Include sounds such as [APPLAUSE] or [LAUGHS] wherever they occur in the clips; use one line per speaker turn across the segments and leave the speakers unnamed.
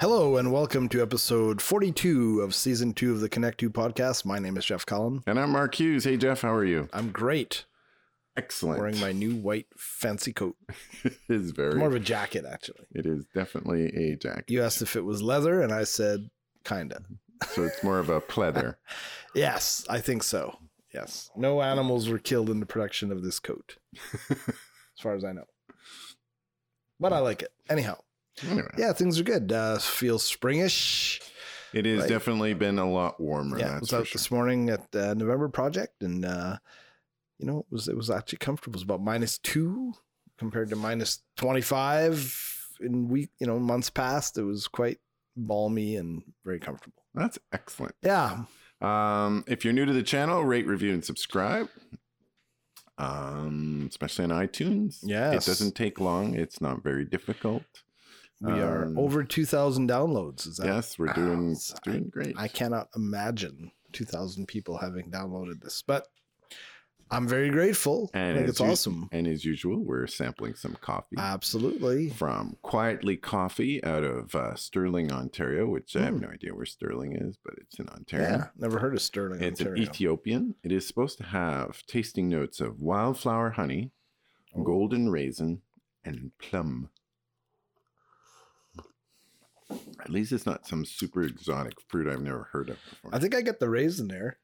Hello and welcome to episode 42 of season 2 of the Connect 2 podcast. My name is Jeff Collin.
And I'm Mark Hughes. Hey, Jeff, how are you?
I'm great.
Excellent.
Wearing my new white fancy coat.
[LAUGHS] it is very.
It's more of a jacket actually.
it is definitely a jacket.
You asked if it was leather and I said kinda.
So it's more of
[LAUGHS]
a pleather.
Yes, I think so. Yes. No animals were killed in the production of this coat. as far as I know. But I like it. Anyhow.
Anyway,
Yeah, things are good. Uh feels springish.
it has
Right.
definitely been a lot warmer.
yeah, it
that's
was
for
out
sure.
this morning at uh, November Project, and uh, you know, it was it was actually comfortable. It was about minus two compared to minus twenty five in week, you know, months past. It was quite balmy and very comfortable.
That's excellent.
Yeah,
Um, if you're new to the channel, rate, review, and subscribe. Um, especially on iTunes.
Yes.
It doesn't take long. It's not very difficult.
we are
Um,
over two thousand downloads. Is that?
Yes, we're doing
Ah, I-
doing great.
I cannot imagine two thousand people having downloaded this, but I'm very grateful. I
And
think
as
it's
you-
awesome.
and as usual, we're sampling some coffee.
Absolutely.
from Quietly Coffee out of uh, Sterling, Ontario, which I have
Hmm.
no idea where Sterling is, but it's in
Yeah,
Ontario.
never heard of Sterling,
It's
Ontario.
an Ethiopian. It is supposed to have tasting notes of wildflower honey,
Oh.
golden raisin, and plum. At least it's not some super exotic fruit I've never heard of before.
I think I get the raisin there,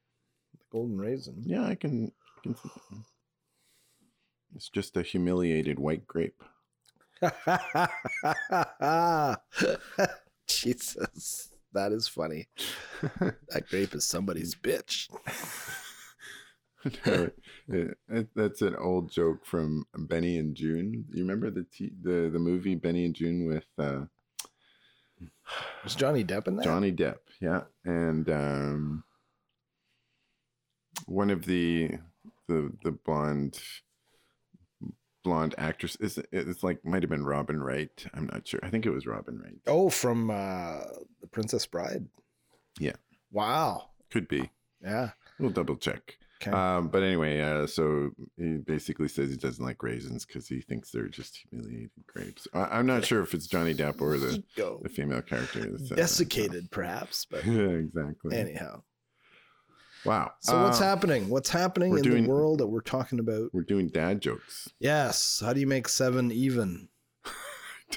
the golden raisin. [LAUGHS]
yeah, I can. I can see that. It's just a humiliated
[LAUGHS]
white grape.
Jesus, that is funny. That grape is somebody's bitch.
[LAUGHS] No, it- it- that's an old joke from Benny and June. You remember the t- the the movie Benny and June with uh,
Was Johnny Depp in that?
Johnny Depp? Yeah, and um, one of the the the blonde blonde actress is it's like might have been Robin Wright. I'm not sure. I think it was Robin Wright.
Oh, from uh, The Princess Bride.
Yeah.
Wow.
Could be.
Yeah.
We'll double check.
Okay.
Um, but anyway, uh, so he basically says he doesn't like raisins because he thinks they're just humiliated grapes. I- I'm not sure if it's Johnny Depp or the,
Go.
the female character. that's, uh,
Desiccated, perhaps, but
yeah, [LAUGHS] exactly.
anyhow.
Wow.
So what's
Uh,
happening? What's happening
we're
in
doing-
the world that we're talking about?
We're doing dad jokes. [LAUGHS]
Yes. How do you make seven even?
I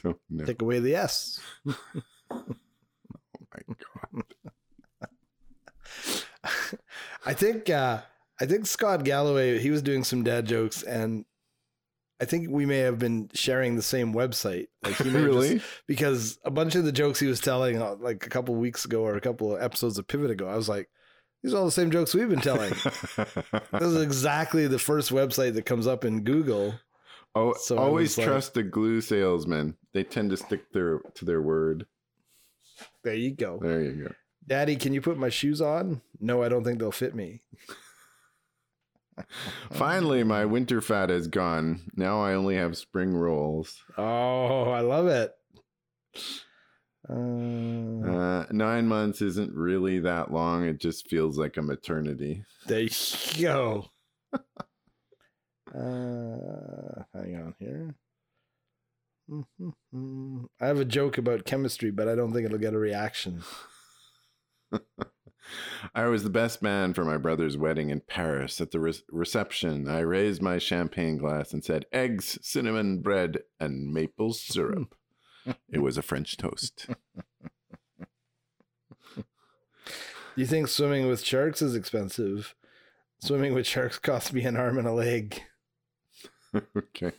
don't know.
Take away the S.
Oh my God.
[LAUGHS] I think uh, I think Scott Galloway he was doing some dad jokes, and I think we may have been sharing the same website. Like
[LAUGHS]
he may have just-
really?
because a bunch of the jokes he was telling uh, like a couple weeks ago or a couple of episodes of Pivot ago, I was like, these are all the same jokes we've been
[LAUGHS]
telling. [LAUGHS] this is exactly the first website that comes up in Google.
oh,
So I
always
was like-
trust the glue salesman. They tend to stick their to their word.
There you go.
There you go.
Daddy, can you put my shoes on? No, I don't think they'll fit me. Oh,
Finally, my winter fat is gone. Now I only have spring rolls.
Oh, I love it. Uh,
Uh, nine months isn't really that long. It just feels like a maternity.
There you [LAUGHS] go. uh, hang on here. Mhm. I have a joke about chemistry, but I don't think it'll get a reaction.
I was the best man for my brother's wedding in Paris. At the re- reception, I raised my champagne glass and said, Eggs, cinnamon bread, and
[LAUGHS]
maple syrup. it was a French toast.
Do you think swimming with sharks is expensive? Swimming with sharks cost me an arm and a
[LAUGHS]
leg.
okay.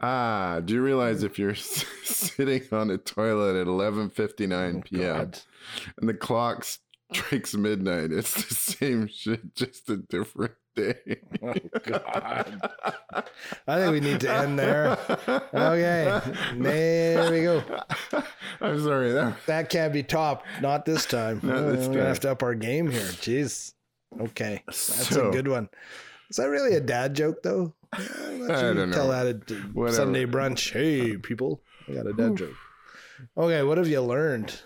Ah, do you realize if you're [LAUGHS] s- sitting on a toilet at 11:59 p.m.
Oh,
[LAUGHS]
God.
and the clock strikes midnight, it's the [LAUGHS] same shit, just a different day.
Oh,
[LAUGHS]
God. I think we need to end there.
[LAUGHS]
Okay. There we go.
I'm sorry. That,
That can't be topped. Not this time.
Not this
We're going to
time.
have to up our game here. Jeez. Okay. That's
So,
a good one. Is that really a dad joke though? I
I don't
Tell
know.
that at
Whatever.
Sunday brunch. Hey, people, I got a dad joke. Okay, what have you learned?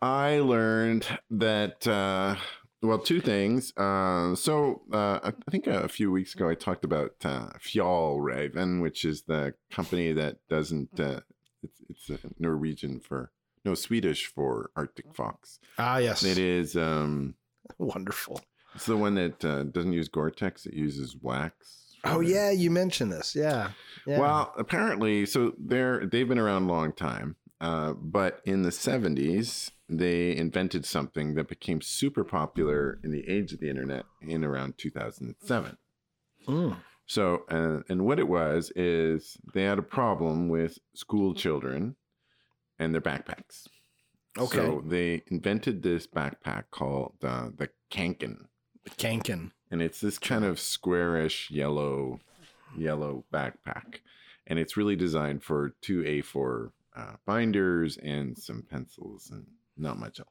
I learned that. Uh, well, two things. Uh, so uh, I I think a few weeks ago I talked about uh, Fjallraven, which is the company that doesn't. Uh, it's, It's uh, Norwegian for no Swedish for Arctic fox.
Ah, yes.
It is um
Wonderful.
it's the one that uh, doesn't use Gore-Tex. It uses wax. for
Oh, yeah.
their-
You mentioned this. Yeah. yeah.
Well, apparently, so they're they've been around a long time, uh, but in the '70s they invented something that became super popular in the age of the internet in around 2007.
Mm.
So, uh, and what it was is they had a problem with school children and their backpacks.
Okay.
So they invented this backpack called uh, the Kanken,
Kankin.
and it's this kind of squarish yellow, yellow backpack, and it's really designed for two A4 uh, binders and some pencils and not much else.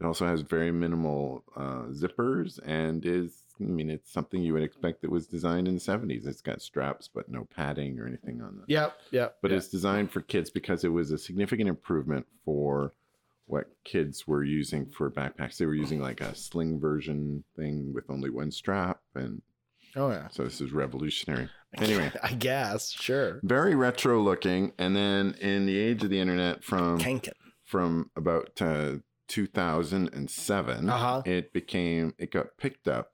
It also has very minimal uh, zippers and is, I mean, it's something you would expect that was designed in the 70s. It's got straps, but no padding or anything on them.
Yep. Yep.
But
yep.
it's designed for kids because it was a significant improvement for what kids were using for backpacks. They were using like a sling version thing with only one strap. And
Oh, yeah.
so this is revolutionary. Anyway.
[LAUGHS] I guess. Sure.
Very retro looking. And then in the age of the internet, from
Kankin.
from about uh, 2007
Uh-huh.
it became it got picked up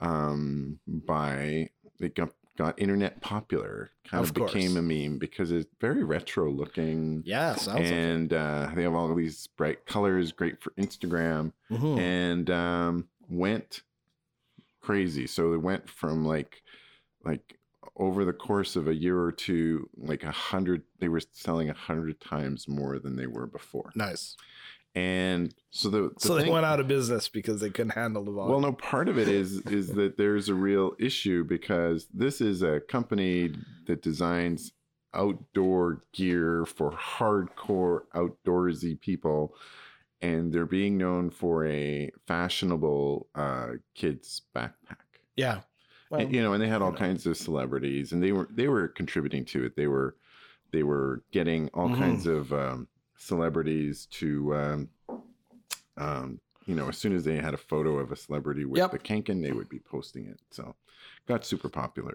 um by it got got internet popular kind
Of
of, became
course.
a meme because it's very retro looking
Yeah. Sounds
and uh, they have all these bright colors great for instagram
like Mhm.
and um went crazy so it went from like like over the course of a year or two like a hundred they were selling a hundred times more than they were before
Nice.
and so the, the
So they
thing-
went out of business because they couldn't handle the volume.
well no part of it is is that there's a real issue because this is a company that designs outdoor gear for hardcore outdoorsy people and they're being known for a fashionable uh kids backpack
yeah. Well,
and, you know and they had all
you know.
kinds of celebrities and they were they were contributing to it they were they were getting all
Mhm.
kinds of um, celebrities to um, um, you know as soon as they had a photo of a celebrity with
Yep.
the kanken they would be posting it so got super popular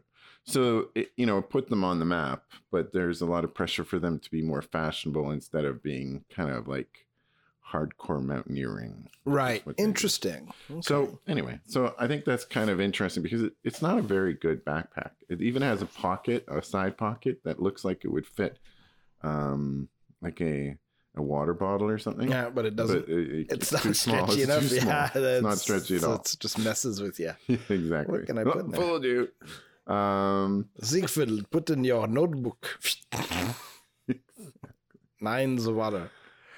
so it, you know put them on the map but there's a lot of pressure for them to be more fashionable instead of being kind of like hardcore mountaineering
right.
what they-
Interesting. Okay.
so anyway, so I think that's kind of interesting because it, it's not a very good backpack. It even has a pocket, a side pocket that looks like it would fit, um, like a a water bottle or something.
yeah, but it
But
doesn't.
it- it-
it's, not
too small.
stretchy
It's
enough.
too small.
Yeah,
it's not stretchy at all.
It just messes with you.
[LAUGHS] exactly.
What can I
Oh,
put in
[LAUGHS]
there?
Fooled you. Um,
Siegfried, put in your notebook. [LAUGHS] Nines of water.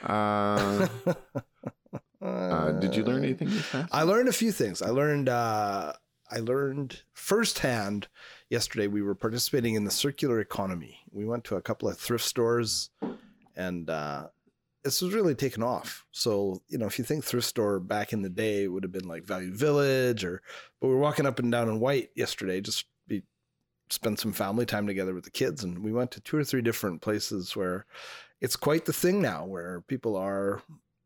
uh, uh, did you learn
[LAUGHS] Uh,
anything this past?
I learned a few things. I learned uh, I learned firsthand yesterday. We were participating in the circular economy. We went to a couple of thrift stores, and uh, this was really taken off. So you know, if you think thrift store back in the day it would have been like Value Village, or but we were walking up and down in White yesterday, just be spend some family time together with the kids, and we went to two or three different places where it's quite the thing now, where people are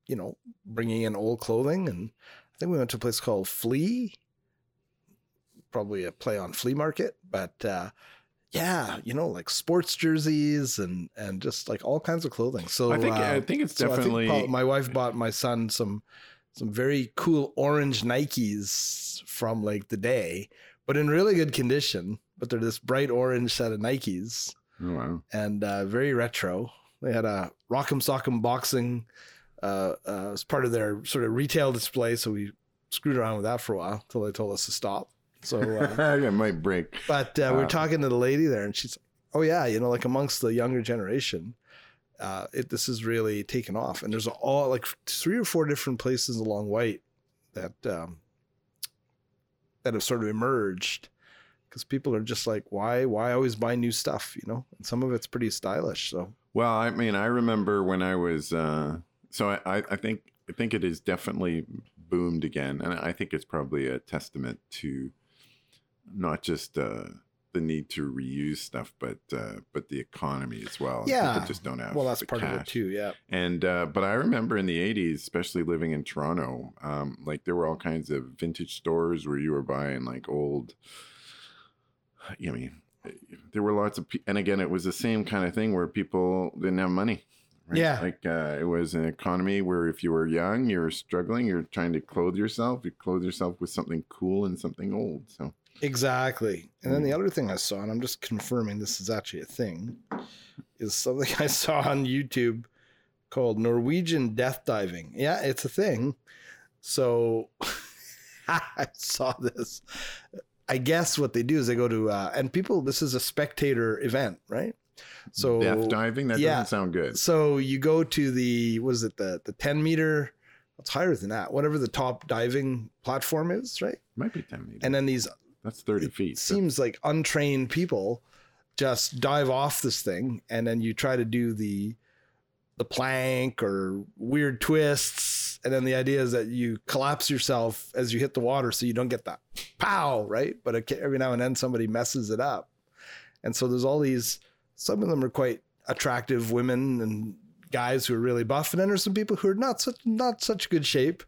you know bringing in old clothing and I think we went to a place called Flea, probably a play on flea market, but uh, yeah, you know, like sports jerseys and and just like all kinds of clothing. So
I think
uh,
I think it's
so
definitely.
I think Paul- my wife bought my son some some very cool orange Nikes from like the day, but in really good condition. But they're this bright orange set of Nikes
Oh, wow.
and uh, very retro. They had a Rock'em Sock'em boxing uh, uh, as part of their sort of retail display. So we screwed around with that for a while until they told us to stop. So, uh,
[LAUGHS] I might break.
but uh, we
Uh,
we're talking to the lady there, and she's, oh yeah, you know, like amongst the younger generation, uh, it this is really taken off, and there's all like three or four different places along White that um, that have sort of emerged because people are just like, why, why always buy new stuff, you know? And some of it's pretty stylish, so
Well, I mean, I remember when I was uh, so I, I, I think I think it is definitely boomed again, and I think it's probably a testament to not just uh, the need to reuse stuff, but uh, but the economy as well.
Yeah.
people just don't have
well, that's
the
part of it
cash.
too, yeah.
And uh, but I remember in the '80s, especially living in Toronto, um, like there were all kinds of vintage stores where [SIGHS] you were buying like old. I mean, there were lots of, pe- and again, it was the same kind of thing where people didn't have money.
Yeah.
Like uh, it was an economy where if you were young, you were struggling, you're trying to clothe yourself. You clothe yourself with something cool and something old. So
Exactly. And then the other thing I saw, and I'm just confirming this is actually a thing, is something [LAUGHS] I saw on YouTube called Norwegian death diving. Yeah, it's a thing. So [LAUGHS] I saw this. I guess what they do is they go to, uh, and people, this is a spectator event, right? So
death diving, that
yeah.
doesn't sound good.
so you go to the was it the the 10 meter it's higher than that whatever the top diving platform is right
Might be 10 meters.
and then these
That's 30
it
feet. So
seems like untrained people just dive off this thing and then you try to do the the plank or weird twists and then the idea is that you collapse yourself as you hit the water so you don't get that pow right but it, ca- every now and then somebody messes it up and so there's all these some of them are quite attractive women and guys who are really buff and then there's some people who are not such not such good shape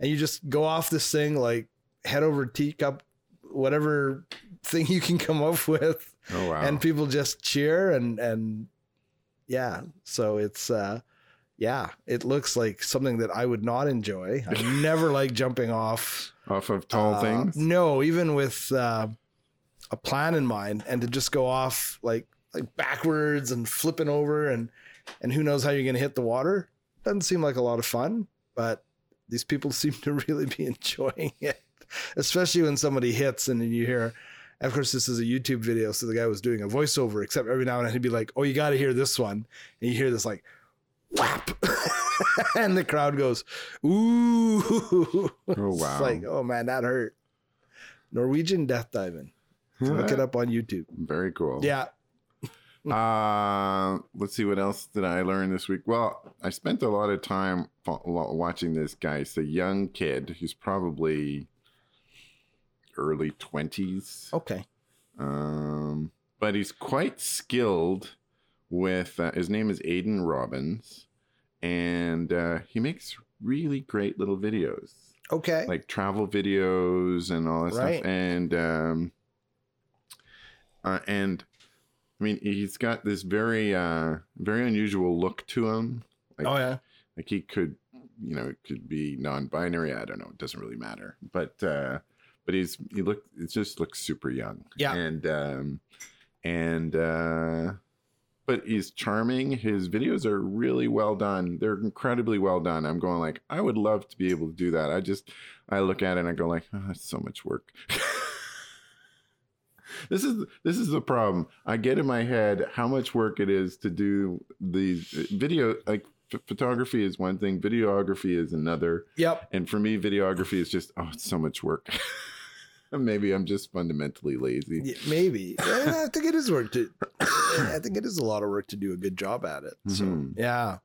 and you just go off this thing like head over teacup whatever thing you can come up with
oh, wow.
and people just cheer and and yeah so it's uh yeah it looks like something that i would not enjoy
[LAUGHS]
i never like jumping off
Off of tall
uh,
things.
no even with uh a plan in mind and to just go off like like backwards and flipping over and and who knows how you're gonna hit the water doesn't seem like a lot of fun but these people [LAUGHS] seem to really be enjoying [LAUGHS] it especially when somebody hits and then you hear of course this is a youtube video so the guy was doing a voiceover except every now and then he'd be like oh you gotta hear this one and you hear this like whap [LAUGHS] and the crowd goes ooh
Oh,
[LAUGHS] It's
wow.
like oh man that hurt norwegian death diving
Yeah.
Look it up on YouTube.
Very cool.
Yeah.
Uh, let's see what else did I learn this week. Well, I spent a lot of time fo- lo- watching this guy. He's a young kid. He's probably early twenties.
Okay.
Um, but he's quite skilled with uh, his name is Aiden Robbins, and uh, he makes really great little videos
Okay.
like travel videos and all that
Right.
stuff. And um, uh, and I mean, he's got this very uh, very unusual look to him. Like,
oh yeah.
like he could, you know, it could be non-binary. I don't know. It doesn't really matter. But uh, but he's he looked. It just looks super young.
Yeah.
And um, and uh, but he's charming. His videos are really well done. They're incredibly well done. I'm going like, I would love to be able to do that. I just I look at it and I go like, oh, that's so much work. [LAUGHS] This is this is the problem. I get in my head how much work it is to do these uh, video like ph- photography is one thing, videography is another,
Yep.
and for me videography is just oh, it's so much work. [LAUGHS] Maybe I'm just fundamentally lazy.
Yeah, maybe. Yeah, I think it is work
[COUGHS]
to. I think it is a lot of work to do a good job at it. So
Mhm.
yeah.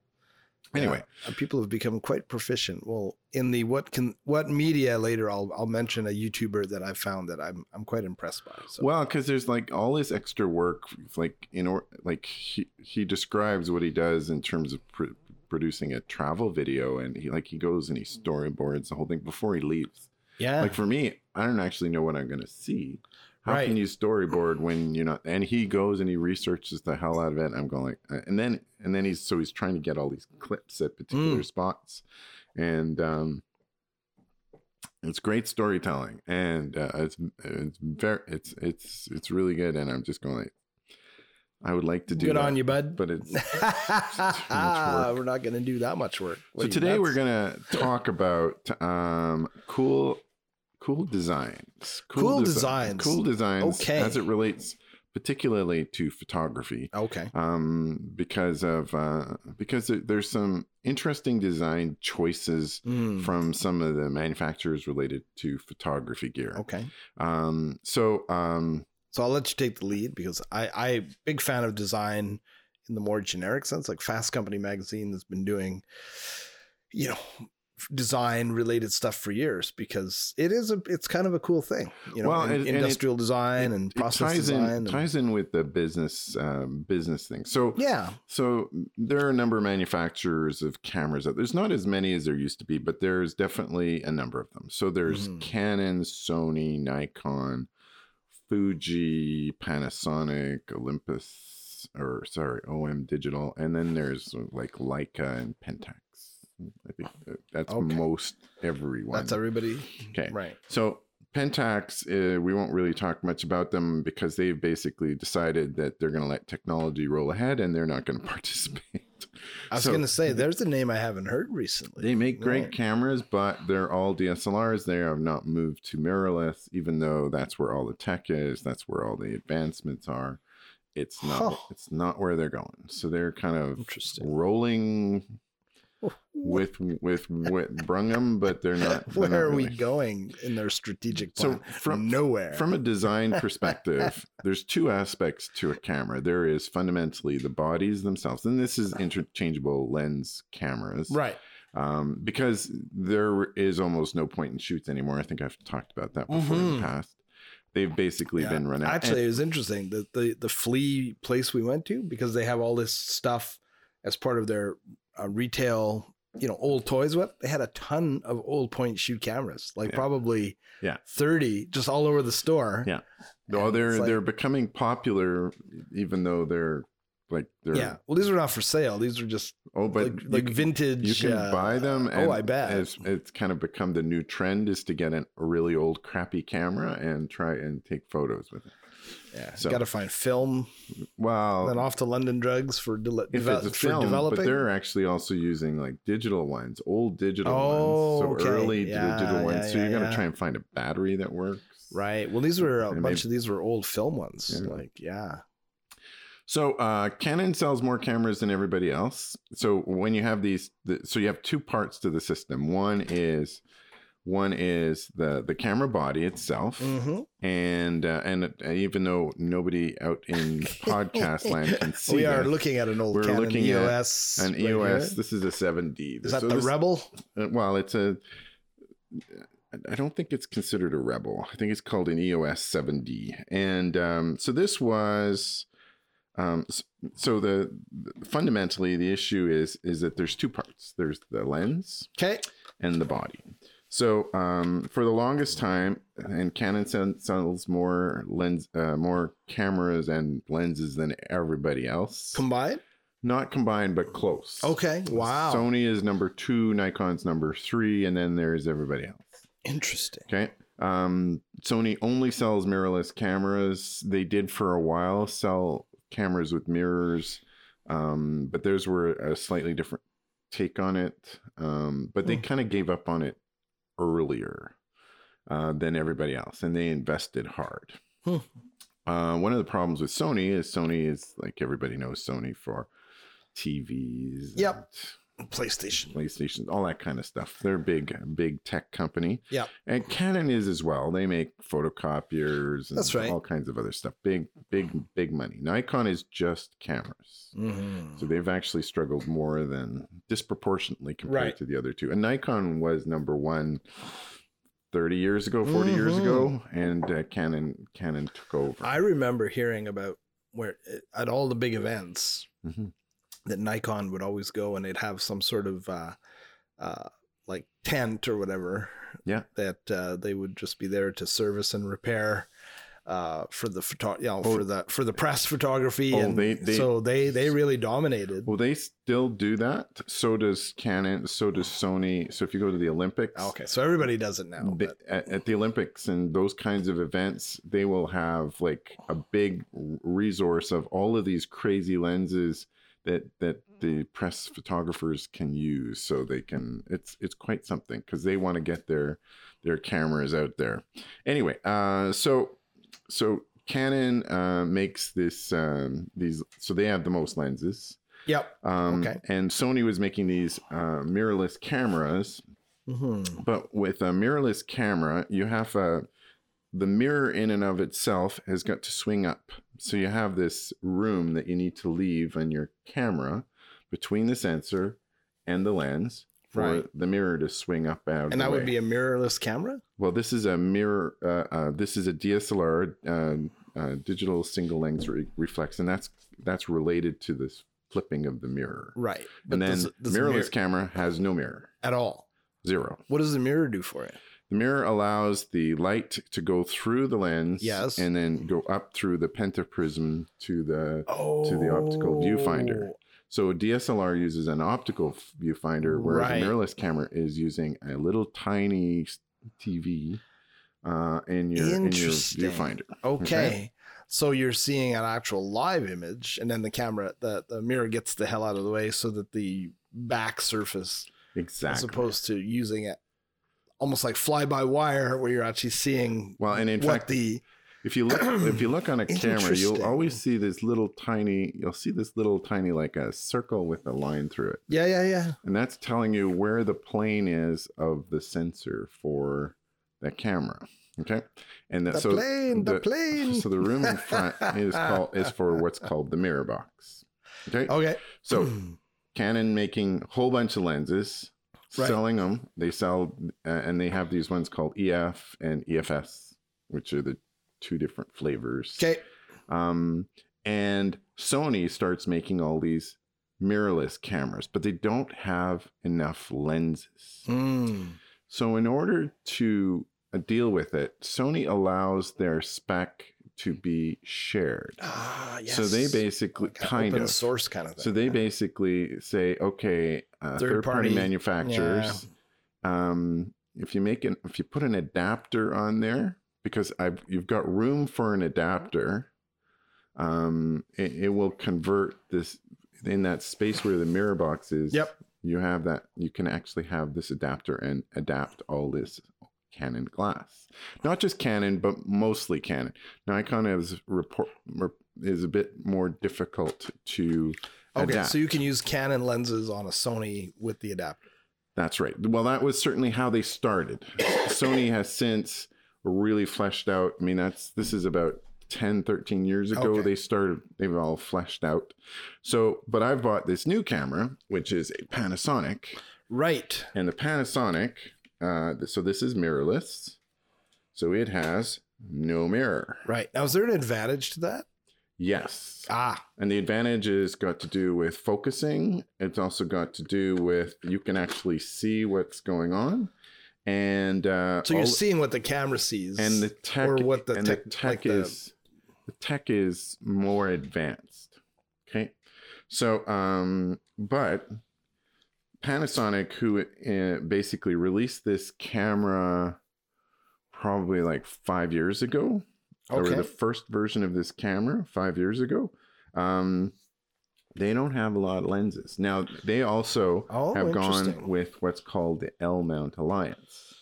Anyway,
Yeah. people have become quite proficient. Well, in the what can what media later, I'll I'll mention a YouTuber that I found that I'm I'm quite impressed by. So
Well, because there's like all this extra work, like in or like he he describes what he does in terms of pr- producing a travel video, and he like he goes and he storyboards the whole thing before he leaves.
yeah.
Like for me, I don't actually know what I'm gonna see. How
Right.
can you storyboard when you're not? And he goes and he researches the hell out of it. I'm going, like, uh, and then and then he's so he's trying to get all these clips at
Mm.
particular spots, and um, it's great storytelling, and uh, it's it's very it's it's it's really good. And I'm just going, like, I would like to do
good
that,
on you, bud. [LAUGHS]
but it's work.
We're not going to do that much work.
so
Wait,
today we're
that's-
gonna talk about um, cool, cool designs,
Cool
desi-
designs.
cool designs,
Okay.
as it relates particularly to photography,
okay.
um, because of uh, because there- there's some interesting design choices
Mm,
from some of the manufacturers related to photography gear.
okay.
Um, so um,
So I'll let you take the lead because I I big fan of design in the more generic sense, like Fast Company magazine has been doing, you know, design related stuff for years because it is a it's kind of a cool thing, you know,
Well,
in-
and- and it-
industrial design
it-
and
it
process
ties
design.
in
and-
ties in with the business um, business thing. So
yeah,
So mm, there are a number of manufacturers of cameras out. There's not as many as there used to be, but there's
Hmm.
definitely a number of them. So there's
Mhm.
Canon, Sony, Nikon, Fuji, Panasonic, Olympus, or sorry, OM Digital, and then there's uh, like Leica and Pentax. I think that- that's
Oh, Okay.
most everyone.
That's everybody.
okay.
Right.
So Pentax, uh, we won't really talk much about them because they've basically decided that they're going to let technology roll ahead and they're not going to [LAUGHS] participate.
I was
So-
going to say, there's a name I haven't heard recently.
They make great
Right.
cameras, but they're all DSLRs. They have not moved to mirrorless, even though that's where all the tech is. That's where all the advancements are. It's not.
Huh.
It's not where they're going. So they're kind of
Interesting.
rolling
[LAUGHS]
with with with Brungham, but they're not. they're
Where
not
are we
really.
going in their strategic
So
plan?
from
nowhere.
from
[LAUGHS]
a design perspective, there's two aspects to a camera. There is fundamentally the bodies themselves, and this
Ah.
is interchangeable lens cameras,
right.
um, because there is almost no point in shoots anymore. I think I've talked about that before in
Mhm.
the past. They've basically
Yeah.
been run out.
Actually, it was interesting that the the flea place we went to because they have all this stuff as part of their uh, retail, you know, old toys. What they had a ton of old point and shoot cameras, like
Yeah.
probably
Yeah.
thirty, just all over the store.
Yeah. And, oh,
and
they're
it's like-
they're becoming popular, even though they're like they're
yeah. Well, these are not for sale. These are just
oh, but
like,
you
like
can-
vintage.
you can
uh,
buy them.
oh,
And
I bet.
It's, it's kind of become the new trend is to get an, a really old crappy camera and try and take photos with it.
Yeah,
so-
got to find film.
Well,
Then off to London Drugs for, dele-
if
deve-
it's a
for
film,
developing.
but they're actually also using like digital ones, old digital
Oh,
ones, so
okay.
early
Yeah,
digital ones.
yeah,
so you're
yeah,
gonna
yeah.
try and find a battery that works,
right. Well, these were a
And
bunch of these were old film ones.
Yeah.
Like, yeah.
So uh, Canon sells more cameras than everybody else. So when you have these, the, so you have two parts to the system. One is one is the the camera body itself,
Mm-hmm.
and uh, and uh, even though nobody out
[LAUGHS]
in podcast land can see,
we are
this,
looking at an old
We're
Canon
looking at
EOS.
an
right
EOS.
here.
This is a 7D.
Is that
So
the
this-
Rebel?
Uh, well, it's a. I don't think it's considered a rebel. I think it's called an E EOS 7D, and um, so this was. Um, s- so the fundamentally the issue is is that there's two parts. There's the lens,
Okay.
and the body. So um, for the longest time, and Canon sen- sells more lens, uh, more cameras and lenses than everybody else.
Combined.
Not combined, but close.
Okay. Wow.
Sony is number two, Nikon's number three, and then there's everybody else.
Interesting.
Okay. Um, Sony only sells mirrorless cameras. They did for a while sell cameras with mirrors, um, but theirs were a slightly different take on it. Um, but they
Hmm.
kind of gave up on it earlier uh, than everybody else, and they invested hard.
Hmm.
Uh, one of the problems with Sony is Sony is like everybody knows Sony for TVs,
Yep.
and
PlayStation.
PlayStation, all that kind of stuff. They're a big, big tech company.
Yeah.
And Canon is as well. They make photocopiers and
That's right.
all kinds of other stuff. Big, big, big money. Nikon is just cameras. So
Mhm.
they've actually struggled more than disproportionately compared
Right.
to the other two. And Nikon was number one 30 years ago, 40 years
Mhm.
ago, and uh, Canon Canon took over.
I remember hearing about where at all the big events
Mhm.
that Nikon would always go and they'd have some sort of uh, uh, like tent or whatever.
Yeah.
That uh, they would just be there to service and repair uh, for the photo- you know,
Oh.
for the for the press photography.
Oh,
and
they- they-
so they they really dominated.
Well, they still do that. So does Canon. So does Sony. So if you go to the Olympics,
Ah, Okay, so everybody does it now.
the-
but-
at, at the Olympics and those kinds of events, they will have like a big resource of all of these crazy lenses that that the press photographers can use, so they can. It's it's quite something because they want to get their their cameras out there. Anyway, uh, so so Canon uh, makes this um, these so they have the most lenses.
yep.
Um,
Okay.
And Sony was making these uh, mirrorless cameras
Mhm.
but with a mirrorless camera you have a the mirror in and of itself has got to swing up so you have this room that you need to leave on your camera between the sensor and the lens for
Right.
the mirror to swing up out of
And
the
that would
way.
be a mirrorless camera.
well this is a mirror uh, uh, this is a dslr um, uh, digital single lens re- reflex and that's that's related to this flipping of the mirror
Right.
and then
does- does the
mirrorless
mirror-
camera has no mirror
at all.
zero
What does the mirror do for it?
The mirror allows the light to go through the lens
Yes.
and then go up through the pentaprism to the
Oh,
the optical viewfinder. so a DSLR uses an optical f- viewfinder whereas
Right.
a mirrorless camera is using a little tiny s- TV uh, in your in your
Interesting.
viewfinder.
Okay. So you're seeing an actual live image, and then the camera, the, the mirror gets the hell out of the way so that the back surface,
Exactly.
as opposed to using it almost like fly by wire, where you're actually seeing
well, and in
what
fact,
the
If you look, if you
[CLEARS THROAT]
look on a camera, you'll
Interesting.
always see this little tiny. You'll see this little tiny, like a circle with a line through it,
yeah yeah yeah
and that's telling you where the plane is of the sensor for that camera. Okay, and that,
the
so
plane the,
the- [LAUGHS]
plane.
so the room in front is called is for what's called the mirror box. Okay,
okay.
so Canon making a whole bunch of lenses,
Right.
selling them. They sell, uh, and they have these ones called EF and EFS, which are the two different flavors.
[CLEARS THROAT] okay.
Um, and Sony starts making all these mirrorless cameras, but they don't have enough lenses.
Mm.
So, in order to uh, deal with it, Sony allows their spec to be shared.
Ah, yes.
So they basically
Like a
kind
open
of
source kind of thing.
so they basically say, okay, uh,
Third
third party
party-
manufacturers, um, if you make an, if you put an adapter on there, because I've you've got room for an adapter, um, it, it will convert this in that space where the mirror box is.
Yep.
You have that. You can actually have this adapter and adapt all this Canon glass, not just Canon, but mostly Canon. Nikon is report is a bit more difficult to
okay.
adapt.
So you can use Canon lenses on a Sony with the adapter.
That's right. Well, that was certainly how they started. Sony has since really fleshed out. I mean, that's this is about 10, 13 years ago
Okay.
they started they've all fleshed out. So, but I've bought this new camera, which is a Panasonic,
Right.
and the Panasonic uh th- so this is mirrorless. So it has no mirror.
Right. Now, is there an advantage to that?
Yes.
Ah,
And the advantage has got to do with focusing. It's also got to do with you can actually see what's going on, and uh,
so you're
all-
seeing what the camera sees.
and the tech
or what the
and
tech-
the tech
like the-
is the tech is more advanced. Okay, so um, but Panasonic, who uh, basically released this camera probably like five years ago,
okay.
or the first version of this camera five years ago. Um, they don't have a lot of lenses. Now, they also
Oh,
have gone
interesting.
with what's called the L Mount Alliance.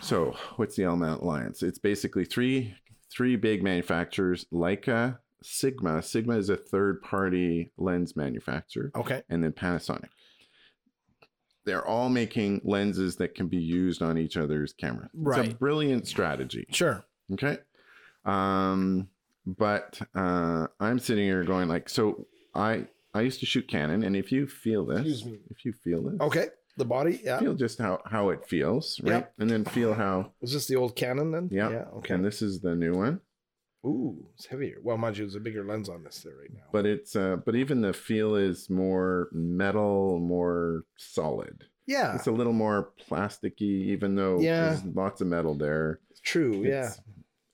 So, what's the L Mount Alliance? It's basically three three big manufacturers, Leica, Sigma. Sigma is a third party lens manufacturer
okay.
and then Panasonic. They're all making lenses that can be used on each other's camera. It's a
Right.
brilliant strategy.
Sure.
Okay. Um, but uh, I'm sitting here going like, so I I used to shoot Canon, and if you feel this,
Excuse me.
if you feel this,
Okay. The body. Yeah.
feel just how how it feels, right?
Yep.
And then feel how.
Was this the old Canon then?
Yeah.
Yeah. Okay.
And this is the new one,
Ooh, it's heavier. Well, mind you, there's a bigger lens on this there right now.
but it's uh, but even the feel is more metal, more solid.
yeah.
It's a little more plasticky, even though
Ah. Yeah.
there's lots of metal there.
true. Yeah.
It's-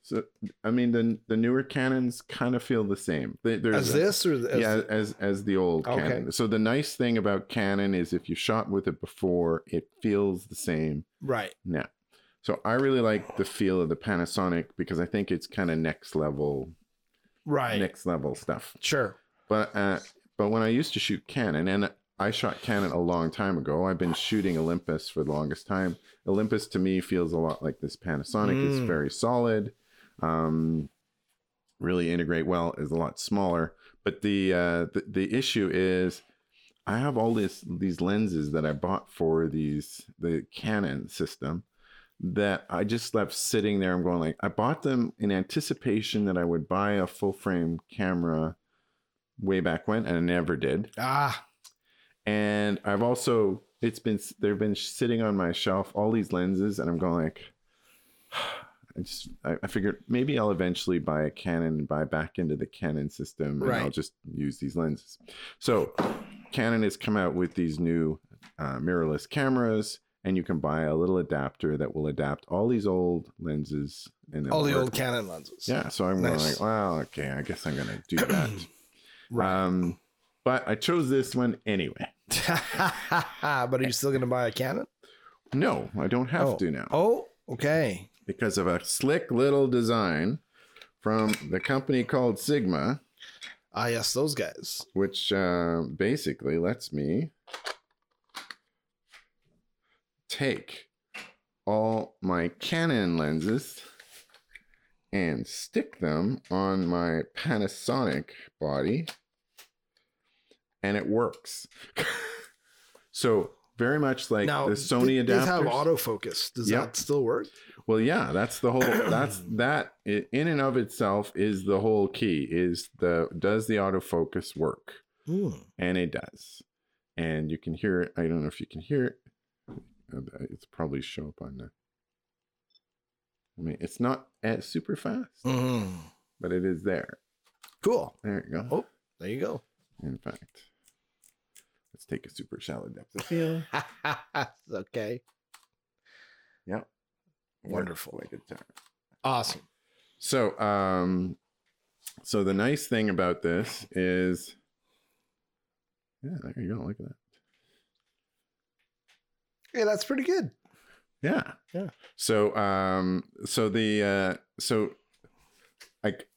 So I mean, the the newer Canons kind of feel the same. They, there's
As
a-
this or the, as
yeah, as as the old
Okay.
Canon. So the nice thing about Canon is if you shot with it before, it feels the same
Right.
now. So I really like the feel of the Panasonic because I think it's kind of next level,
Right.
next level stuff.
Sure.
But uh, but when I used to shoot Canon, and I shot Canon a long time ago, I've been shooting Olympus for the longest time. Olympus to me feels a lot like this Panasonic. It's
Mm.
very solid, um, really integrate well. Is a lot smaller, but the uh, the the issue is. I have all this these lenses that I bought for these the Canon system that I just left sitting there. I'm going like I bought them in anticipation that I would buy a full frame camera way back when, and I never did.
Ah.
And I've also it's been they've been sitting on my shelf all these lenses, and I'm going like, [SIGHS] I just I, I figured maybe I'll eventually buy a Canon and buy back into the Canon system, and I'll
Right.
just use these lenses. So Canon has come out with these new uh, mirrorless cameras. and you can buy a little adapter that will adapt all these old lenses and
All the
it'll
old
work.
Canon lenses. [CLEARS THROAT]
Yeah, so I'm
Nice.
like, well, okay, I guess I'm gonna do that.
Right.
Um, but I chose this one
[LAUGHS]
anyway. Uh,
but are you still going to buy a Canon?
No, I don't have
Oh.
to now
Oh, okay.
because of a slick little design from the company called Sigma,
Ah, yes, those guys.
which uh, basically lets me take all my Canon lenses and stick them on my Panasonic body, and it works. [LAUGHS] so very much like
now,
the Sony
th- these
adapters.
have autofocus. Does
Yep.
that still work?
Well, yeah, that's the whole. That's that i- in and of itself is the whole key. Is the does the autofocus work?
Hmm.
And it does. And you can hear it. I don't know if you can hear it. Uh, It's probably show up on the. I mean, it's not as super fast,
Mhm.
but it is there.
Cool.
There you go.
Oh. There you go. [LAUGHS]
In fact, let's take a super shallow depth of field.
okay.
yeah.
Wonderful.
Like a tire.
Awesome.
So, um, so the nice thing about this is, yeah, there you go. Look at that.
Yeah, that's pretty good.
Yeah,
Yeah.
So, um, so the uh, so, like,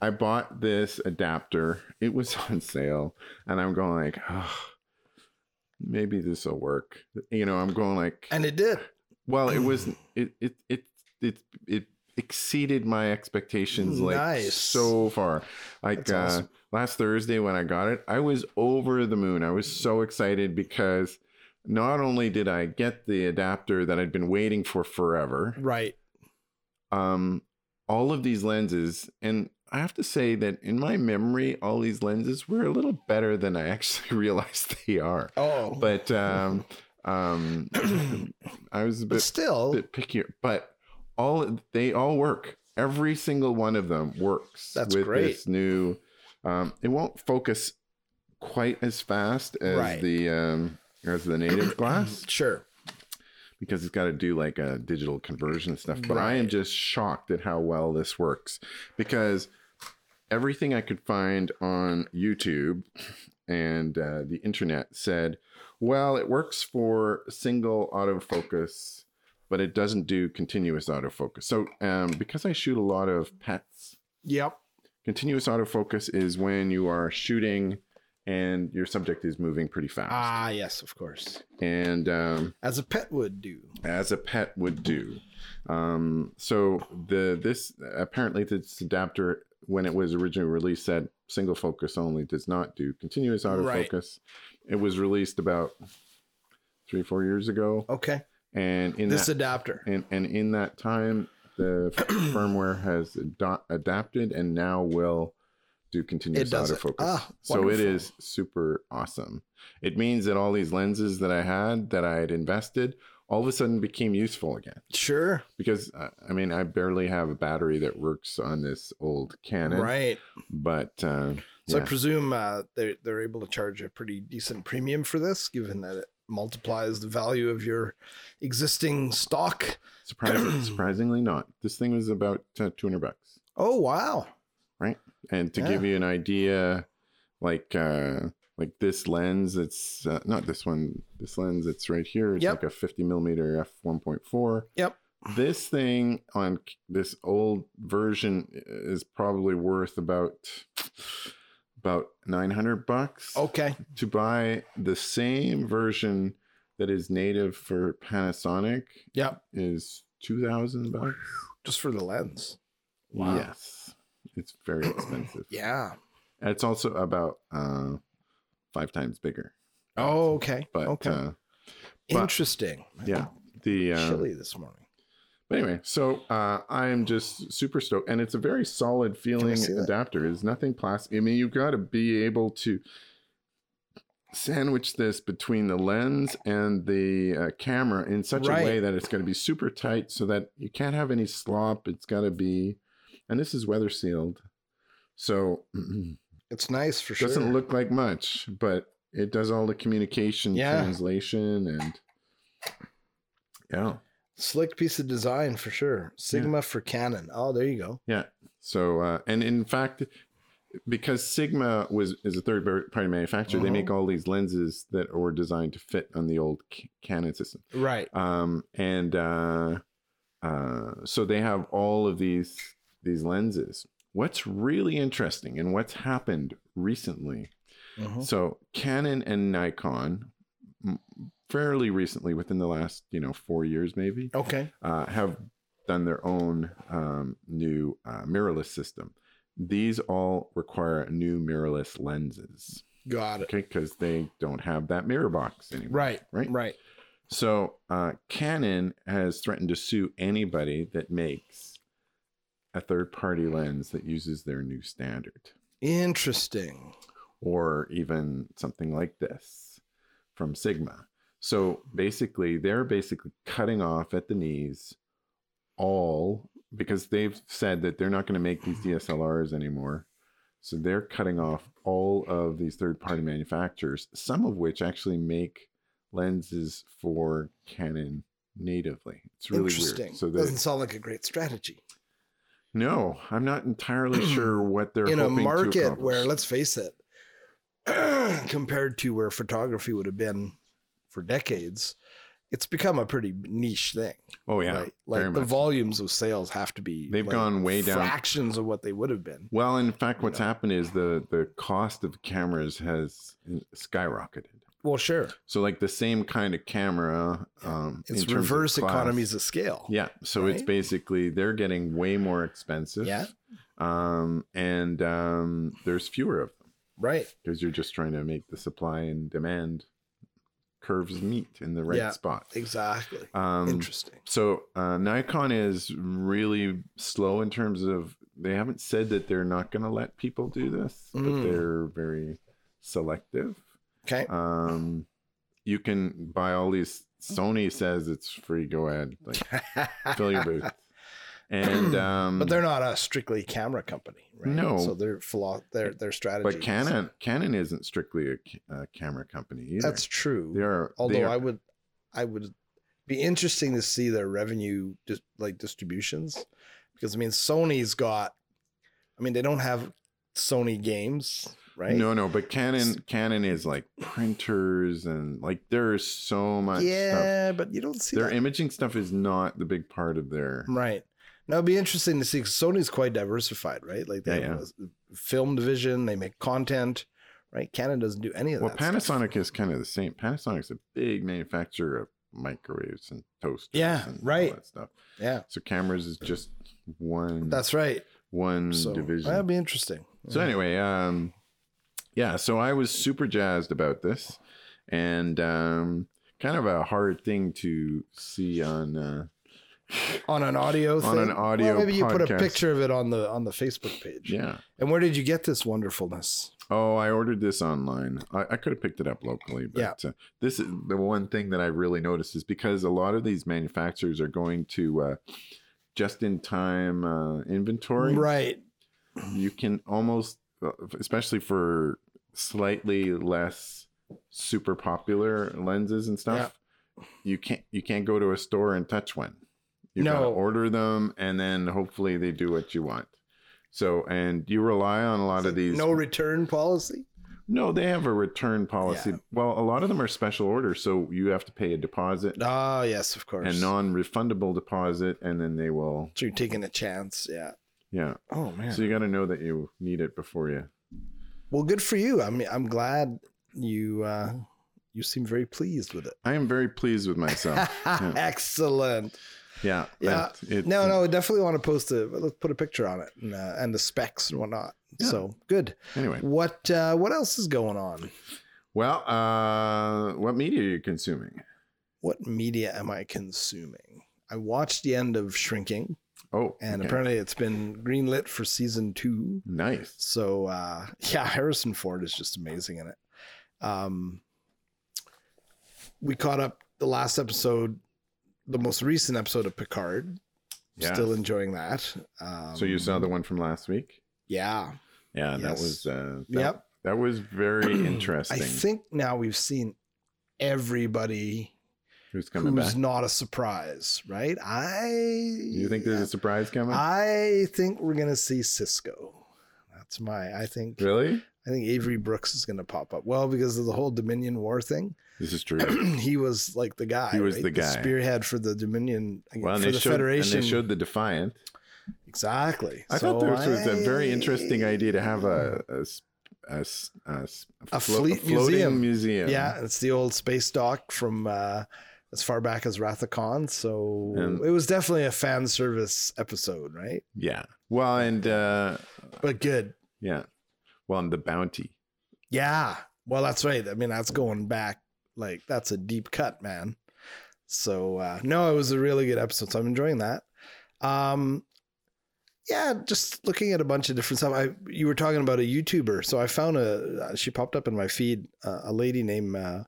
I bought this adapter. It was [LAUGHS] on sale, and I'm going like, oh, maybe this will work. You know, I'm going like,
And it did.
well, it was it it it it it exceeded my expectations like
Nice.
so far. Like
That's awesome.
uh, last Thursday when I got it, I was over the moon. I was so excited because not only did I get the adapter that I'd been waiting for forever,
Right.
um, all of these lenses, and I have to say that in my memory, all these lenses were a little better than I [LAUGHS] actually realized they are.
Oh. But,
But um,
[CLEARS THROAT]
um, I was a bit
still,
bit pickier, but all they all work. Every single one of them works.
That's
with
great.
This new, um, it won't focus quite as fast as
Right.
the um, as the native glass
hmm, sure.
because it's got to do like a digital conversion and stuff. But I am
Right.
just shocked at how well this works because everything I could find on YouTube and uh, the internet said, well, it works for single autofocus, but it doesn't do continuous autofocus. So um, because I shoot a lot of pets,
Yep.
continuous autofocus is when you are shooting and your subject is moving pretty fast.
Ah, yes, of course.
And um,
As a pet would do.
as a pet would do. Um, so the this apparently this adapter when it was originally released said single focus only does not do continuous
Right.
autofocus. It was released about three four years ago,
Okay.
and in
this
that
adapter.
and, and in that time
[CLEARS THROAT]
the firmware has ado- adapted and now will do continuous
It does it.
autofocus.
Ah,
so it
wonderful.
is super awesome. It means that all these lenses that I had that I had invested all of a sudden became useful again
Sure.
because uh, I mean I barely have a battery that works on this old Canon,
Right.
But uh,
So I
yeah.
presume uh, they're, they're able to charge a pretty decent premium for this, given that it multiplies the value of your existing stock.
surprisingly, surprisingly not. This thing was about uh, two hundred bucks.
Oh, wow.
And to
Yeah.
give you an idea, like uh, like this lens, it's uh, not this one. This lens, it's right here. It's
Yep.
like a fifty millimeter f one point four.
Yep.
This thing on c- this old version is probably worth about about nine hundred bucks.
Okay.
to buy the same version that is native for Panasonic
Yep.
is two thousand bucks.
Just for the lens. Wow.
Yes, it's very expensive.
Yeah.
and it's also about uh, five times bigger.
Oh, okay.
but
okay.
uh, but-
Interesting.
yeah, the uh,
Chilly this morning.
but anyway. So uh, I am just super stoked, and it's a very solid feeling
see that?
adapter. It's nothing plastic. I mean, you've got to be able to sandwich this between the lens and the uh, camera in such
Right.
a way that it's going to be super tight, so that you can't have any slop. It's got to be, and this is weather sealed, so [CLEARS THROAT]
It's nice for sure.
doesn't look like much, but it does all the communication,
Yeah.
translation, and Yeah.
Slick piece of design for sure. Sigma for Canon. Oh, there you go.
Yeah. So, uh, and in fact, because Sigma was is a third party manufacturer, they
Uh-huh.
make all these lenses that were designed to fit on the old Ca- Canon system.
Right.
Um, and uh, uh, so they have all of these these lenses. What's really interesting and what's happened recently
Mhm.
so Canon and Nikon, m- fairly recently, within the last you know four years maybe,
Okay.
uh, have done their own um, new uh, mirrorless system. These all require new mirrorless lenses,
Got it.
okay? Because they don't have that mirror box anymore.
Right.
Right.
Right.
So uh, Canon has threatened to sue anybody that makes a third-party lens that uses their new standard.
Interesting.
or even something like this from Sigma. So basically, they're basically cutting off at the knees all because they've said that they're not going to make these DSLRs anymore. So they're cutting off all of these third party manufacturers, some of which actually make lenses for Canon natively. It's really
Interesting.
weird. So they,
doesn't sound like a great strategy
no, I'm not
[CLEARS THROAT]
entirely sure what they're
in a
hoping to
market
accomplish.
where, let's face it, [CLEARS THROAT] compared to where photography would have been for decades, it's become a pretty niche thing.
oh yeah,
right? Like
very
the
much.
volumes of sales have to be
They've
like,
gone way down.
fractions of what they would have been.
Well, in fact, what's
know.
happened is the the cost of cameras has skyrocketed.
Well, sure.
So, like the same kind of camera, um, in
It's
terms of
reverse
class-
economies of scale.
Yeah, so it's
right?
basically they're getting way more expensive.
Yeah.
um, and um, there's fewer of them
Right.
because you're just trying to make the supply and demand curves meet in the right
Yeah,
spot.
Exactly.
Um,
Interesting.
so uh, Nikon is really slow in terms of they haven't said that they're not going to let people do this, but
Mm.
they're very selective.
Okay.
Um, you can buy all these. Sony says it's free. Go ahead, like
[LAUGHS]
fill your booth. And um,
but they're not a strictly camera company, right?
No.
So their philo- their their strategy.
but
is-
Canon Canon isn't strictly a, ca- a camera company either.
That's true.
they are. they
Although
are-
I would, I would be interesting to see their revenue dis- like distributions, because I mean Sony's got, I mean they don't have Sony games, right?
No, no, but Canon Canon is like printers and like there's so much stuff
Yeah, but you don't see
their
that.
imaging stuff is not the big part of their
Right. Now it'd be interesting to see 'cause Sony's quite diversified, right? Like they
Yeah,
have a film division, they make content, right? Canon doesn't do any of
well
that. stuff.
panasonic is kind of the same panasonic's a big manufacturer of microwaves and toasters
Yeah,
and
right.
all that stuff
Yeah,
so cameras is just one
that's right.
one
So
Mm, division
that'd be interesting.
so anyway um yeah so i was super jazzed about this and um kind of a hard thing to see on uh
on an audio thing.
On an audio
Well, maybe you put a
podcast.
picture of it on the on the Facebook page.
yeah
And where did you get this wonderfulness?
Oh, I ordered this online. I, I could have picked it up locally, but uh, this is the one thing that I really noticed is because a lot of these manufacturers are going to uh, just in time uh, inventory.
Right.
You can almost, uh, especially for slightly less super popular lenses and stuff, you can't you can't go to a store and touch one. You gotta
No.
order them, and then hopefully they do what you want. So, and you rely on a lot of these
No return policy.
no, they have a return policy.
Yeah.
Well, a lot of them are special orders, so you have to pay a deposit,
Ah, yes, of course.
a non-refundable deposit, and then they will.
so you're taking a chance. Yeah.
Yeah.
Oh man.
So you got to know that you need it before you.
well, good for you. I mean, I'm glad you uh you seem very pleased with it.
I am very pleased
[LAUGHS]
with myself. yeah.
Excellent.
Yeah.
Yeah.
that- it-
No, no, I definitely want to post a let's put a picture on it and, uh, and the specs and whatnot.
Yeah.
So good.
Anyway,
What uh, what else is going on?
well, uh, what media are you consuming?
What media am I consuming? I watched the end of Shrinking,
Oh,
and
okay.
apparently it's been greenlit for season two.
nice.
So uh, [LAUGHS] yeah, Harrison Ford is just amazing in it. Um, we caught up the last episode, the most recent episode of Picard.
Yeah.
Still enjoying that. Um,
so you saw the one from last week?
yeah.
Yeah, that
yes.
was. Uh, that,
Yep.
[CLEARS THROAT]
[CLEARS THROAT]
That was very interesting.
I think now we've seen everybody
Who's coming
who's
back?
not a surprise, right? I
you think there's a surprise coming?
I think we're gonna see Cisco. That's my. I think.
really?
I think Avery Brooks is gonna pop up. Well, because of the whole Dominion War thing, [CLEARS THROAT]
This is true.
he was like the guy.
He was
right?
the guy.
spearhead for the Dominion
Well,
for
and
the
they, showed, and
Federation.
they showed the Defiant.
Exactly.
I thought
So
this was a very
I-
interesting idea to have a a s- a s- a s-
A
flo-
fleet
floating
museum.
museum.
Yeah, it's the old space dock from uh, as far back as Wrath of Khan. So
And-
it was definitely a fan service episode, right?
Yeah. Well, and uh,
But good.
yeah. Well, and the bounty.
Yeah. Well, that's right. I mean, that's going back like that's a deep cut, man. So uh, no, it was a really good episode. So I'm enjoying that. Um, yeah, just looking at a bunch of different stuff. I you were talking about a YouTuber, so I found a uh, she popped up in my feed uh, a lady named uh,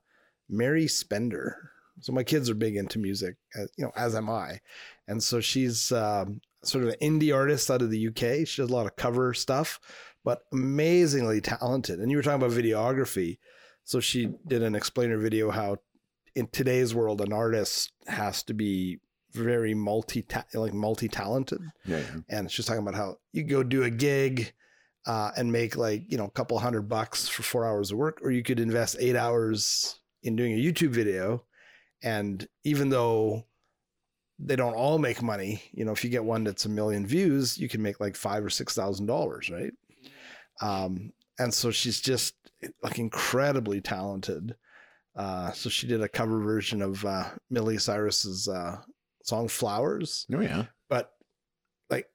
Mary Spender. So my kids are big into music, uh, you know, as am I, and so she's um, sort of an indie artist out of the UK. She does a lot of cover stuff, but amazingly talented. And you were talking about videography, so she did an explainer video how in today's world an artist has to be very multi like multi talented
Yeah. yeah.
and she's talking about how you go do a gig uh, and make like you know a couple hundred bucks for four hours of work or you could invest eight hours in doing a youtube video and even though they don't all make money you know if you get one that's a million views you can make like five or six thousand dollars right um, and so she's just like incredibly talented uh, so she did a cover version of uh, millie cyrus's uh, song flowers
Oh yeah.
but like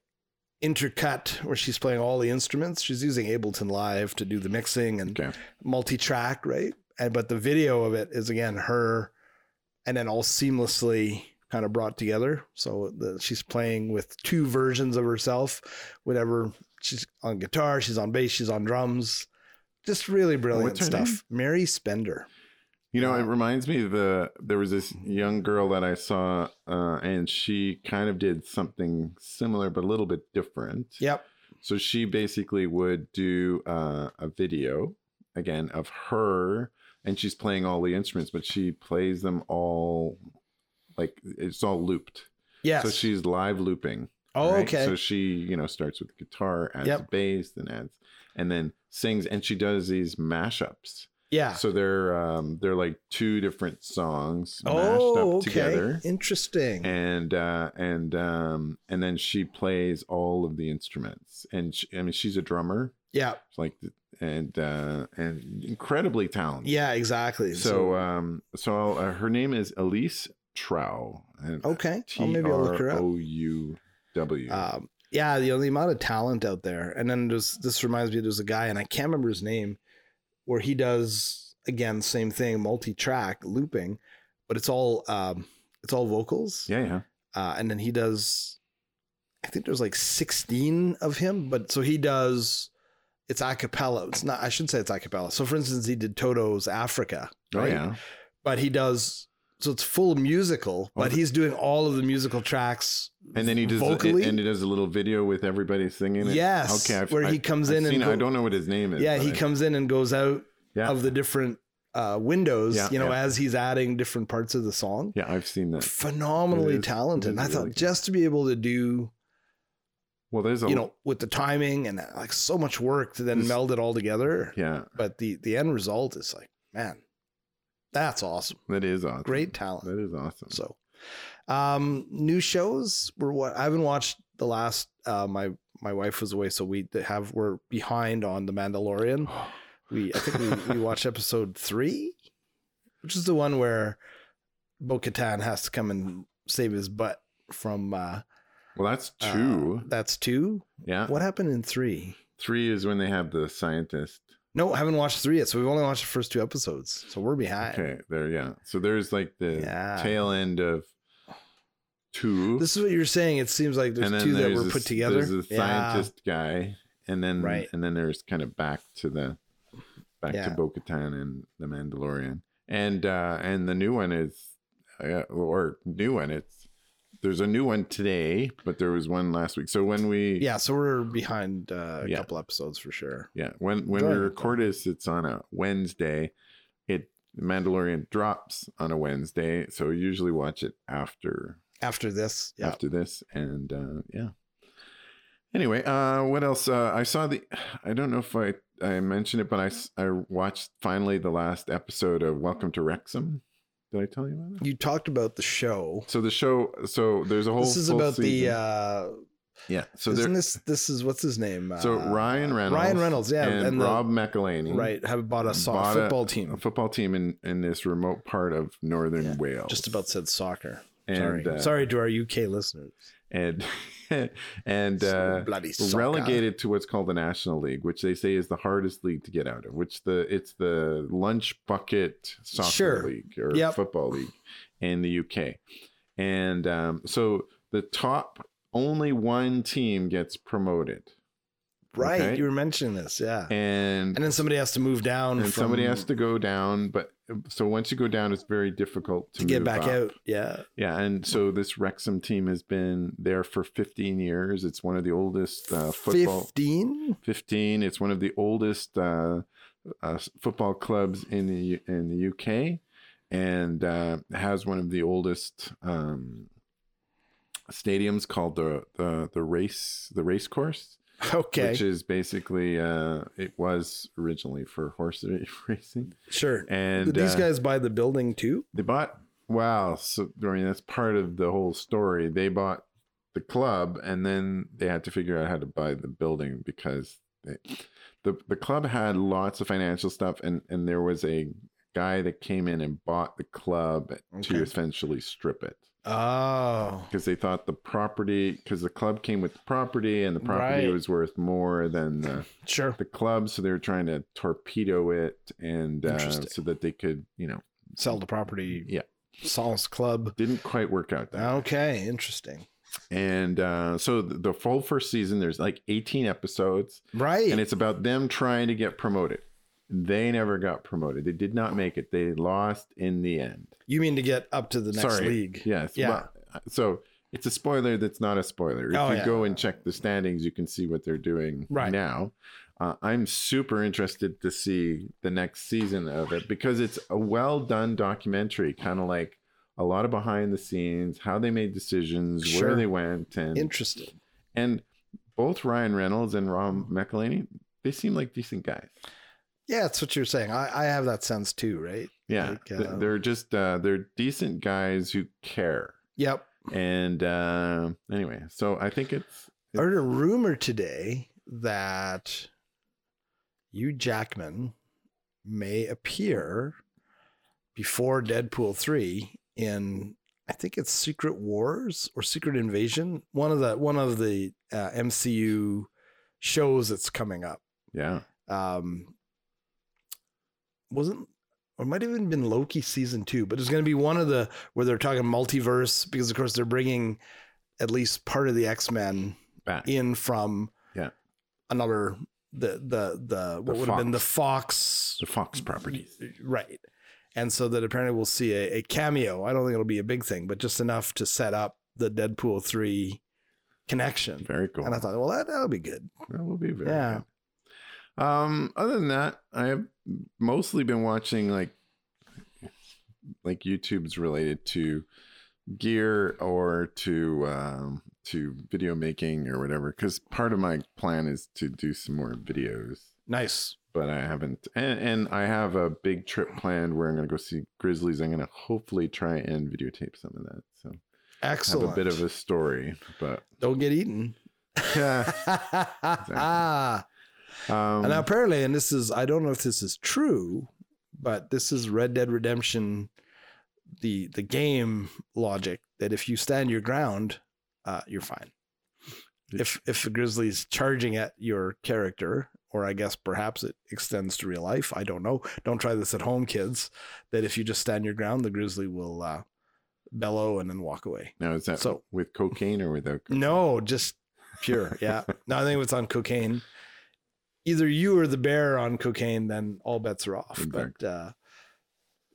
intercut where she's playing all the instruments. She's using Ableton Live to do the mixing and
Okay.
multi-track, right? And but the video of it is again her, and then all seamlessly kind of brought together. So the, she's playing with two versions of herself, whatever. She's on guitar, she's on bass, she's on drums. Just really brilliant
What's her
stuff.
name?
Mary Spender.
You know, it
Wow.
reminds me of uh, there was this young girl that I saw, uh, and she kind of did something similar but a little bit different.
Yep.
So she basically would do uh, a video again of her, and she's playing all the instruments, but she plays them all like it's all looped.
Yes.
So she's live looping.
oh,
right?
okay.
So she, you know, starts with the guitar, adds
Yep.
the bass, then adds, and then sings, and she does these mashups.
yeah.
So they're um, they're like two different songs
oh,
mashed up
okay.
together,
Interesting.
and uh, and um, and then she plays all of the instruments. And she, I mean, she's a drummer,
yeah.
like and uh, and incredibly talented.
Yeah, exactly.
So um, so uh, her name is Elise Trow. And
Okay. Oh, I'll maybe I'll look her up.
T-R-O-U-W.
Um, yeah, the, the amount of talent out there. And then there's, this reminds me there's a guy, and I can't remember his name, where he does, again, same thing, multi track looping, but it's all um, it's all vocals.
yeah, yeah.
Uh, and then he does, I think there's like 16 of him, but so he does, it's a cappella. It's not, I shouldn't say it's a cappella. So for instance, he did Toto's Africa,
Oh
right?
yeah.
But he does, so it's full musical,
Oh,
but
the-
he's doing all of the musical tracks
And then he does
Vocally?
and he does a little video with everybody singing it.
Yes.
Okay, I've-
where he
I've-
comes
I've
in and
seen it.
go-
I don't know what his name is.
yeah,
but
he
I-
comes in and goes out
yeah.
of the different uh, windows.
Yeah,
you know,
yeah.
as he's adding different parts of the song.
Yeah, I've seen that.
Phenomenally
It is-
talented.
it
And
is
I thought
really good.
just to be able to do,
Well, there's a
you know, with the timing and uh, like so much work to then
This-
meld it all together.
yeah,
But the the end result is like, man, that's awesome.
that is awesome.
Great talent.
That is awesome.
So, um, new shows were what I haven't watched the last. Uh, my my wife was away, so we have we're behind on the Mandalorian. We I think we, we watched episode three, which is the one where Bo Katan has to come and save his butt from uh,
well, that's
uh,
two.
that's two.
yeah,
What happened in three?
three is when they have the scientist.
No, I haven't watched three yet. So we've only watched the first two episodes. So we're behind.
Okay, there. Yeah, so there's like the
Yeah.
tail end of two.
This is what you're saying. It seems like
and
there's
then
two that
there's
were
this-
put together.
There's the
Yeah.
scientist guy, and then
Right.
and then there's kind of back to the back to
Yeah.
Bo-Katan and the Mandalorian, and uh, and the new one is uh, or new one. It's there's a new one today, but there was one last week. So when we
Yeah, so we're behind uh, a
Yeah.
couple episodes for sure.
Yeah, when when we
Enjoying it,
record this, it's on a Wednesday. It The Mandalorian drops on a Wednesday, so I usually watch it after
After this, yeah.
after this and uh yeah anyway uh what else uh i saw the [SIGHS] i don't know if i i mentioned it but i s- i watched finally the last episode of welcome to wrexham did i tell you about that
You talked about the show.
so the show so there's a whole
This is
full
about the
season.
uh
yeah so
isn't
there
this this is what's his name?
so
Uh,
ryan reynolds
Ryan Reynolds, yeah,
and,
and the-
rob McElhaney,
right, have bought a soft
bought a-
football
a
team.
football team in in this remote part of northern
Yeah,
wales
Just about said soccer.
and,
Sorry.
uh,
Sorry to our UK listeners.
and [LAUGHS] and
So
uh
bloody soccer.
relegated to what's called the National League, which they say is the hardest league to get out of. Which the it's the lunch bucket soccer
Sure.
league or
Yep.
football league in the UK, and um, so the top only one team gets promoted,
Right.
Okay.
You were mentioning this, yeah. And,
and
then somebody has to move down
and
from-
somebody has to go down. But so once you go down, it's very difficult to,
to get
move
back
up.
out. Yeah.
Yeah, and so this Wrexham team has been there for 15 years. It's one of the oldest uh, football.
15?
15. It's one of the oldest uh, uh, football clubs in the in the UK, and uh, has one of the oldest um, stadiums called the, the the race the race course,
[LAUGHS] Okay.
which is basically uh, it was originally for horse [LAUGHS] ra- racing,
sure.
and
Did these
uh,
guys buy the building too?
they bought wow. So I mean that's part of the whole story. They bought the club, and then they had to figure out how to buy the building because they, the the club had lots of financial stuff, and and there was a guy that came in and bought the club
Okay.
to essentially strip it
Oh.
because they thought the property because the club came with the property and the property
Right.
was worth more than the
Sure.
the club so they were trying to torpedo it and uh,
Interesting.
so that they could you know
Sell the property.
Yeah.
Solace Club.
didn't quite work out that way.
Okay. Interesting.
And uh, so the, the full first season, there's like 18 episodes,
Right.
and it's about them trying to get promoted. They never got promoted. They did not make it. They lost in the end.
you mean to get up to the next
Sorry.
league?
Yes.
Yeah.
Well, so it's a spoiler that's not a spoiler. If
Oh,
you
yeah.
go and check the standings, you can see what they're doing
Right.
now. Uh, I'm super interested to see the next season of it because it's a well done documentary, kind of like a lot of behind the scenes, how they made decisions,
Sure.
where they went, and
Interesting.
and both Ryan Reynolds and Ron McElhaney, they seem like decent guys.
Yeah, that's what you're saying. I, I have that sense too, right?
Yeah,
Like,
th-
uh,
they're just uh, they're decent guys who care.
Yep.
And uh, anyway, so I think it's
I heard a rumor today that you Jackman may appear before Deadpool 3 in I think it's Secret Wars or Secret Invasion, one of the one of the uh, MCU shows that's coming up.
yeah.
um wasn't or might have even been Loki season two, but it's going to be one of the where they're talking multiverse because of course they're bringing at least part of the X Men
Back.
in from
Yeah.
another the the the what would have been the Fox
The Fox properties.
right, and so that apparently we'll see a, a cameo. I don't think it'll be a big thing, but just enough to set up the Deadpool three connection.
Very cool.
And I thought, well, that, that'll be good.
That will be very
Yeah.
good. Um, other than that, I have mostly been watching like like YouTube's related to gear or to um, to video making or whatever. Because part of my plan is to do some more videos,
Nice.
but I haven't. And, and I have a big trip planned where I'm going to go see Grizzlies. I'm going to hopefully try and videotape some of that. So I have
Excellent.
a bit of a story,
[LAUGHS]
but
don't get
[LAUGHS]
eaten.
yeah.
[LAUGHS] Ah.
Um,
and apparently, and this is, I don't know if this is true, but this is Red Dead Redemption, the the game logic that if you stand your ground, uh, you're fine. If if the grizzly's charging at your character, or I guess perhaps it extends to real life, I don't know. Don't try this at home, kids. That if you just stand your ground, the grizzly will uh, bellow and then walk away.
now is that
so-
with cocaine or without? Cocaine?
No, just pure. Yeah. No, I think if it's on cocaine, either you or the bear are on cocaine, then all bets are off. But
Exactly.
uh,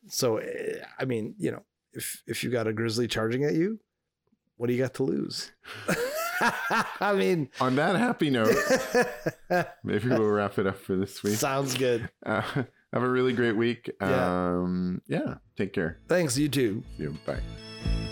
so, eh, I mean, you know, if if you got a grizzly charging at you, what do you got to lose? [LAUGHS] I mean,
On
[LAUGHS]
Oh. that happy note, maybe we'll wrap it up for this week.
sounds good.
Uh, [LAUGHS] Have a really great week.
Yeah.
Um, yeah. Take care.
Thanks, you too.
See you. Bye.